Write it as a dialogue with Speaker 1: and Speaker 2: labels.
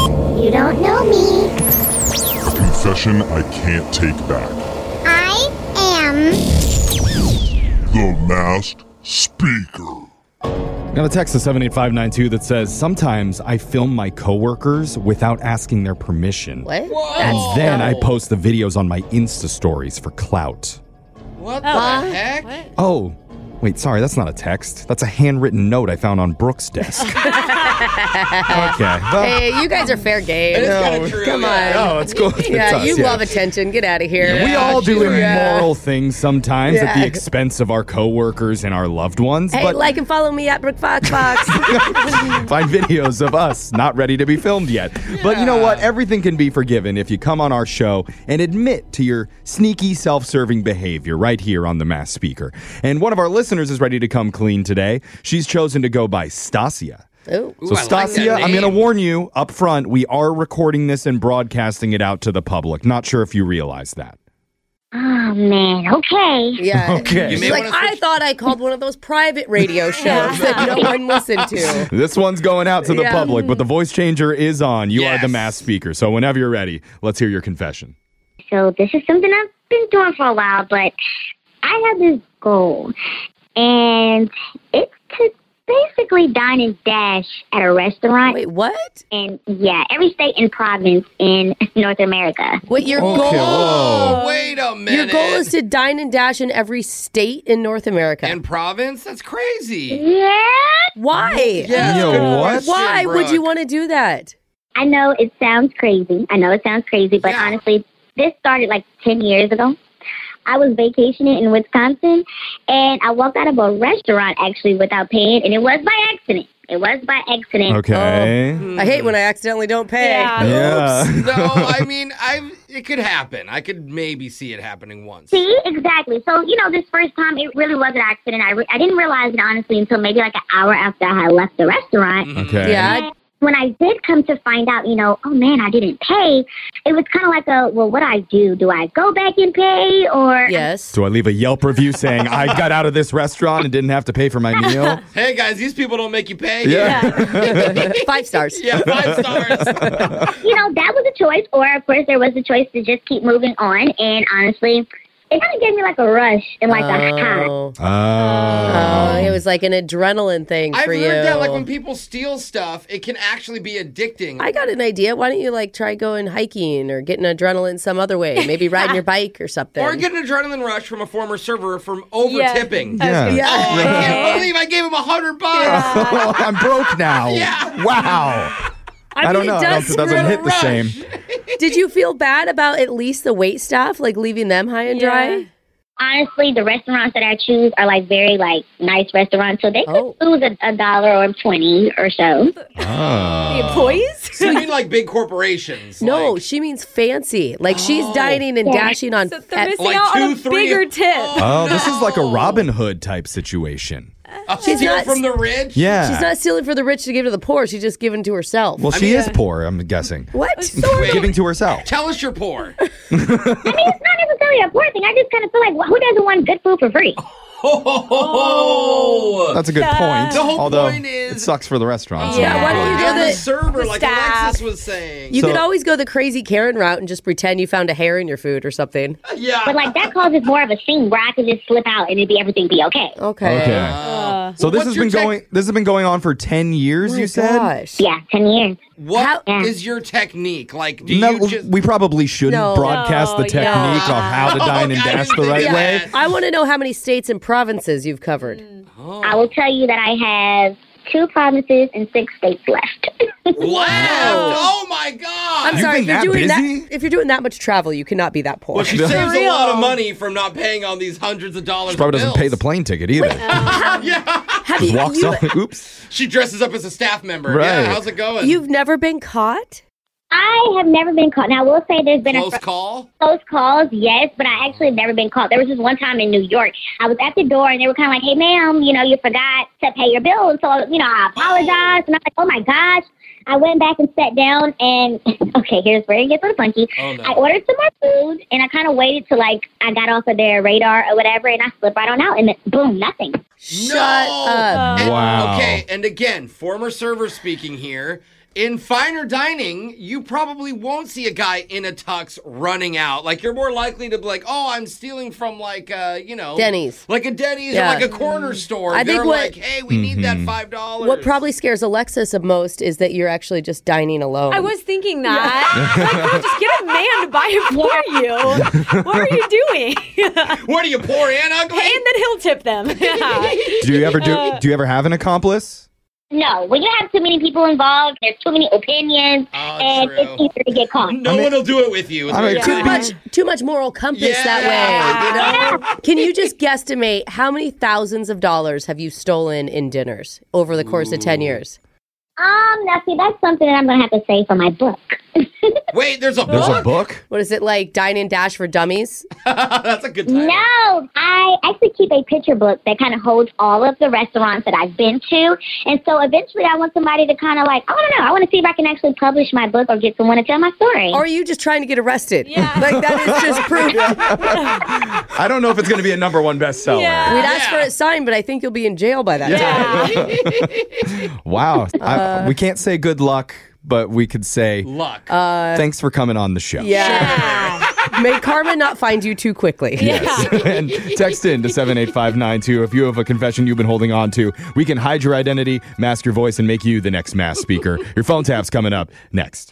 Speaker 1: don't know me.
Speaker 2: Confession I can't take back.
Speaker 1: I am.
Speaker 2: The Masked Speaker.
Speaker 3: Got a text to 78592 that says, Sometimes I film my coworkers without asking their permission.
Speaker 4: What?
Speaker 3: And then I post the videos on my Insta stories for clout.
Speaker 5: What
Speaker 4: Oh.
Speaker 5: the heck?
Speaker 4: What?
Speaker 3: Oh, wait, sorry, that's not a text. That's a handwritten note I found on Brooke's desk. okay. well,
Speaker 4: Hey, you guys are fair game.
Speaker 5: It's kind of true.
Speaker 4: Come
Speaker 5: yeah.
Speaker 4: on.
Speaker 3: no, Oh, it's cool. It's
Speaker 4: Yeah,
Speaker 3: us,
Speaker 4: you
Speaker 3: yeah.
Speaker 4: love attention. Get out of here.
Speaker 3: We all do
Speaker 5: she's right.
Speaker 3: immoral things sometimes at
Speaker 4: Yeah.
Speaker 3: the expense of our coworkers and our loved ones.
Speaker 4: Hey,
Speaker 3: but
Speaker 4: like and follow me at Brooke Fox Fox.
Speaker 3: find videos of us not ready to be filmed yet. But you know what? Everything can be forgiven if you come on our show and admit to your sneaky, self serving behavior right here on The Mass Speaker. And one of our listeners is ready to come clean today. She's chosen to go by Stasia.
Speaker 4: Ooh.
Speaker 3: So,
Speaker 5: I like that
Speaker 3: Stasia, I'm
Speaker 5: name.
Speaker 3: going to warn you up front, we are recording this and broadcasting it out to the public. Not sure if you realize that.
Speaker 1: Oh, man. Okay.
Speaker 4: Yeah.
Speaker 3: Okay.
Speaker 5: You may
Speaker 4: She's like,
Speaker 5: wanna switch-
Speaker 4: I thought I called one of those private radio shows that no one listened to.
Speaker 3: This one's going out to the
Speaker 4: Yeah.
Speaker 3: public, but the voice changer is on. You are the
Speaker 5: Yes.
Speaker 3: mass speaker. So, whenever you're ready, let's hear your confession.
Speaker 1: So this is something I've been doing for a while, but I have this goal, and it's to basically dine and dash at a restaurant.
Speaker 4: Wait, what?
Speaker 1: in yeah, every state and province in North America.
Speaker 4: Wait, your
Speaker 3: Okay, whoa.
Speaker 4: goal?
Speaker 5: Oh, wait a minute.
Speaker 4: Your goal is to dine and dash in every state in North America.
Speaker 5: And province? That's crazy.
Speaker 1: Yeah,
Speaker 4: Why?
Speaker 3: You know
Speaker 5: good
Speaker 3: what?
Speaker 5: question,
Speaker 4: Why would you
Speaker 5: Brooke.
Speaker 4: want to do that?
Speaker 1: I know it sounds crazy. I know it sounds crazy, but
Speaker 5: Yeah.
Speaker 1: honestly, this started like ten years ago. I was vacationing in Wisconsin, and I walked out of a restaurant actually without paying, and it was by accident. It was by accident.
Speaker 3: Okay.
Speaker 4: I hate when I accidentally don't pay.
Speaker 6: Yeah.
Speaker 3: Yeah.
Speaker 5: no, I mean, I it could happen. I could maybe see it happening once.
Speaker 1: See, exactly. So, you know, this first time, it really was an accident. I, re- I didn't realize it, honestly, until maybe like an hour after I had left the restaurant.
Speaker 5: Mm. Mm-hmm.
Speaker 3: Okay.
Speaker 4: Yeah.
Speaker 1: When I did come to find out, you know, oh man, I didn't pay, it was kind of like a, well, what do I do? Do I go back and pay? Or
Speaker 4: Yes.
Speaker 3: Do I leave a Yelp review saying I got out of this restaurant and didn't have to pay for my meal?
Speaker 5: Hey guys, these people don't make you pay.
Speaker 4: Five stars.
Speaker 5: Yeah, five stars.
Speaker 1: you know, that was a choice. Or, of course, there was a choice to just keep moving on. And honestly, it kind of gave me like a rush and like a high.
Speaker 4: Oh.
Speaker 3: Oh.
Speaker 4: Oh, it was like an adrenaline thing
Speaker 5: I've
Speaker 4: for
Speaker 5: heard
Speaker 4: you.
Speaker 5: that like when people steal stuff, it can actually be addicting.
Speaker 4: I got an idea. Why don't you like try going hiking or getting adrenaline some other way? Maybe riding your bike or something.
Speaker 5: or get an adrenaling rush from a former server from over
Speaker 6: Yeah.
Speaker 5: tipping.
Speaker 3: yeah.
Speaker 4: Yeah.
Speaker 5: Oh, I can't believe I gave him a hundred bucks.
Speaker 3: I'm broke now. Wow. I,
Speaker 6: mean,
Speaker 3: don't know.
Speaker 6: It
Speaker 3: I don't-
Speaker 6: does
Speaker 3: It doesn't
Speaker 5: Real
Speaker 3: hit the
Speaker 5: rush.
Speaker 3: same.
Speaker 4: Did you feel bad about at least the wait staff, like leaving them high and
Speaker 6: Yeah.
Speaker 4: dry?
Speaker 1: Honestly, the restaurants that I choose are like very like nice restaurants. So they could
Speaker 4: Oh.
Speaker 1: lose a, a dollar or 20 or so.
Speaker 6: the employees?
Speaker 5: I mean, like big corporations.
Speaker 4: No,
Speaker 5: like,
Speaker 4: she means fancy. Like she's
Speaker 5: Oh.
Speaker 4: dining and
Speaker 1: Yeah.
Speaker 4: dashing on.
Speaker 6: So they're
Speaker 4: at-
Speaker 6: missing
Speaker 5: Like
Speaker 6: out on a
Speaker 5: two, three-
Speaker 6: bigger tip.
Speaker 3: Oh, this is like a
Speaker 5: no.
Speaker 3: Robin Hood type situation.
Speaker 5: a
Speaker 4: She's
Speaker 5: steal
Speaker 4: not-
Speaker 5: Oh, from the rich.
Speaker 3: Yeah.
Speaker 4: she's not stealing for the rich to give to the poor. She's just giving to herself.
Speaker 3: well, she
Speaker 5: mean,
Speaker 3: is poor, I'm guessing.
Speaker 4: what?
Speaker 5: Wait,
Speaker 3: Giving to herself.
Speaker 5: Tell us you're poor.
Speaker 1: I mean, it's not necessarily a poor thing. I just kind of feel like, wh- who doesn't want good food for free?
Speaker 5: Oh.
Speaker 3: That's a good point.
Speaker 5: The whole
Speaker 3: although
Speaker 5: point is-
Speaker 3: it sucks for the restaurants.
Speaker 6: Yeah, why
Speaker 4: don't you
Speaker 5: And
Speaker 4: go
Speaker 5: the
Speaker 4: the-
Speaker 5: server,
Speaker 6: the
Speaker 5: like
Speaker 6: staff.
Speaker 5: Alexis was saying.
Speaker 4: You
Speaker 3: So-
Speaker 4: could always go the crazy Karen route and just pretend you found a hair in your food or something.
Speaker 5: yeah.
Speaker 1: But like that causes more of a scene where I could just slip out and it'd be everything be okay.
Speaker 4: Okay.
Speaker 3: Okay.
Speaker 5: Uh,
Speaker 3: so this
Speaker 5: what's
Speaker 3: has
Speaker 5: your
Speaker 3: been
Speaker 5: tech-
Speaker 3: going. This has been going on for ten years.
Speaker 4: Oh my
Speaker 3: you said.
Speaker 4: Gosh.
Speaker 1: Yeah, ten years.
Speaker 5: What is
Speaker 4: How-
Speaker 5: your technique? Like, do
Speaker 3: No,
Speaker 5: you just
Speaker 3: we probably shouldn't
Speaker 4: No.
Speaker 3: broadcast the
Speaker 6: No,
Speaker 3: technique
Speaker 6: yeah.
Speaker 3: of how to dine and
Speaker 5: I
Speaker 3: dash
Speaker 5: didn't
Speaker 3: the right
Speaker 5: think
Speaker 3: way.
Speaker 5: that.
Speaker 4: I want to know how many states and provinces you've covered.
Speaker 6: Mm.
Speaker 1: I
Speaker 4: Oh.
Speaker 1: will tell you that I have two provinces and six states left.
Speaker 5: Left. Oh my god.
Speaker 4: I'm
Speaker 3: You've been
Speaker 4: sorry, if
Speaker 3: that
Speaker 4: you're doing
Speaker 3: busy?
Speaker 4: that if you're doing that much travel, you cannot be that poor.
Speaker 5: Well, she saves a lot of money from not paying on these hundreds of dollars.
Speaker 3: She probably
Speaker 5: of
Speaker 3: doesn't pay the
Speaker 5: bills.
Speaker 3: plane ticket either.
Speaker 5: Yeah.
Speaker 4: Have
Speaker 3: Just
Speaker 4: you,
Speaker 3: walks
Speaker 4: you,
Speaker 3: off. Oops.
Speaker 5: She dresses up as a staff member.
Speaker 3: Right.
Speaker 5: Yeah. How's it going?
Speaker 4: have never been caught?
Speaker 1: I have never been caught. Now I will say there's been
Speaker 5: close
Speaker 1: a
Speaker 5: call.
Speaker 1: close calls, yes, but I actually have never been caught. There was this one time in New York. I was at the door and they were kind of like, "Hey, ma'am, you know, you forgot to pay your bill," and so you know, I apologized and I'm like, "Oh my gosh." I went back and sat down, and okay, here's where it gets a little funky.
Speaker 5: Oh, no.
Speaker 1: I ordered some more food, and I kind of waited till like I got off of their radar or whatever, and I slipped right on out, and then, boom, nothing.
Speaker 4: Shut up.
Speaker 5: And-
Speaker 3: Wow.
Speaker 5: Okay, and again, former server speaking here. In finer dining, you probably won't see a guy in a tux running out. Like you're more likely to be like, "Oh, I'm stealing from like uh, you know,
Speaker 4: Denny's.
Speaker 5: like a Denny's
Speaker 4: Yeah. Mm-hmm.
Speaker 5: or like a corner store."
Speaker 4: I think
Speaker 5: They're
Speaker 4: what-
Speaker 5: like, "Hey, we need that
Speaker 3: Mm-hmm.
Speaker 5: five dollars."
Speaker 4: What probably scares Alexis the most is that you're actually just dining alone.
Speaker 6: I was thinking that. like, girl, just get a man to buy it for you. What are you doing?
Speaker 5: What are you poor and ugly?
Speaker 6: and then he'll tip them. Yeah.
Speaker 3: Do you ever do? Do you ever have an accomplice?
Speaker 1: No, when you have too many people involved, there's too many opinions,
Speaker 5: Oh,
Speaker 1: and
Speaker 5: true.
Speaker 1: it's easier to get caught.
Speaker 5: no one will do it with you. is
Speaker 3: I
Speaker 5: what
Speaker 3: mean,
Speaker 5: you're
Speaker 3: could
Speaker 5: saying.
Speaker 4: too much, too much moral compass
Speaker 5: Yeah.
Speaker 4: that way. You know? Can you just guesstimate how many thousands of dollars have you stolen in dinners over the course of ten years?
Speaker 1: Um, now see, that's something that I'm gonna have to say for my book.
Speaker 5: Wait, there's a
Speaker 3: There's
Speaker 5: book.
Speaker 3: a book.
Speaker 4: What is it like? Dine and dash for dummies?
Speaker 5: That's a good title.
Speaker 1: No, I actually keep a picture book that kind of holds all of the restaurants that I've been to, and so eventually I want somebody to kind of like, I don't know, I want to see if I can actually publish my book or get someone to tell my story.
Speaker 4: Or are you just trying to get arrested?
Speaker 6: Yeah.
Speaker 4: Like that is just proof.
Speaker 3: I don't know if it's going to be a number one bestseller.
Speaker 6: Yeah.
Speaker 4: We'd ask for it signed, but I think you'll be in jail by that time.
Speaker 3: Wow. I, we can't say good luck, but we could say
Speaker 5: Luck.
Speaker 4: Oh,
Speaker 3: thanks for coming on the show.
Speaker 6: Yeah.
Speaker 4: May karma not find you too quickly.
Speaker 3: Yes. and text in to 78592 if you have a confession you've been holding on to. We can hide your identity, mask your voice, and make you the next mass speaker. Your phone tap's coming up next.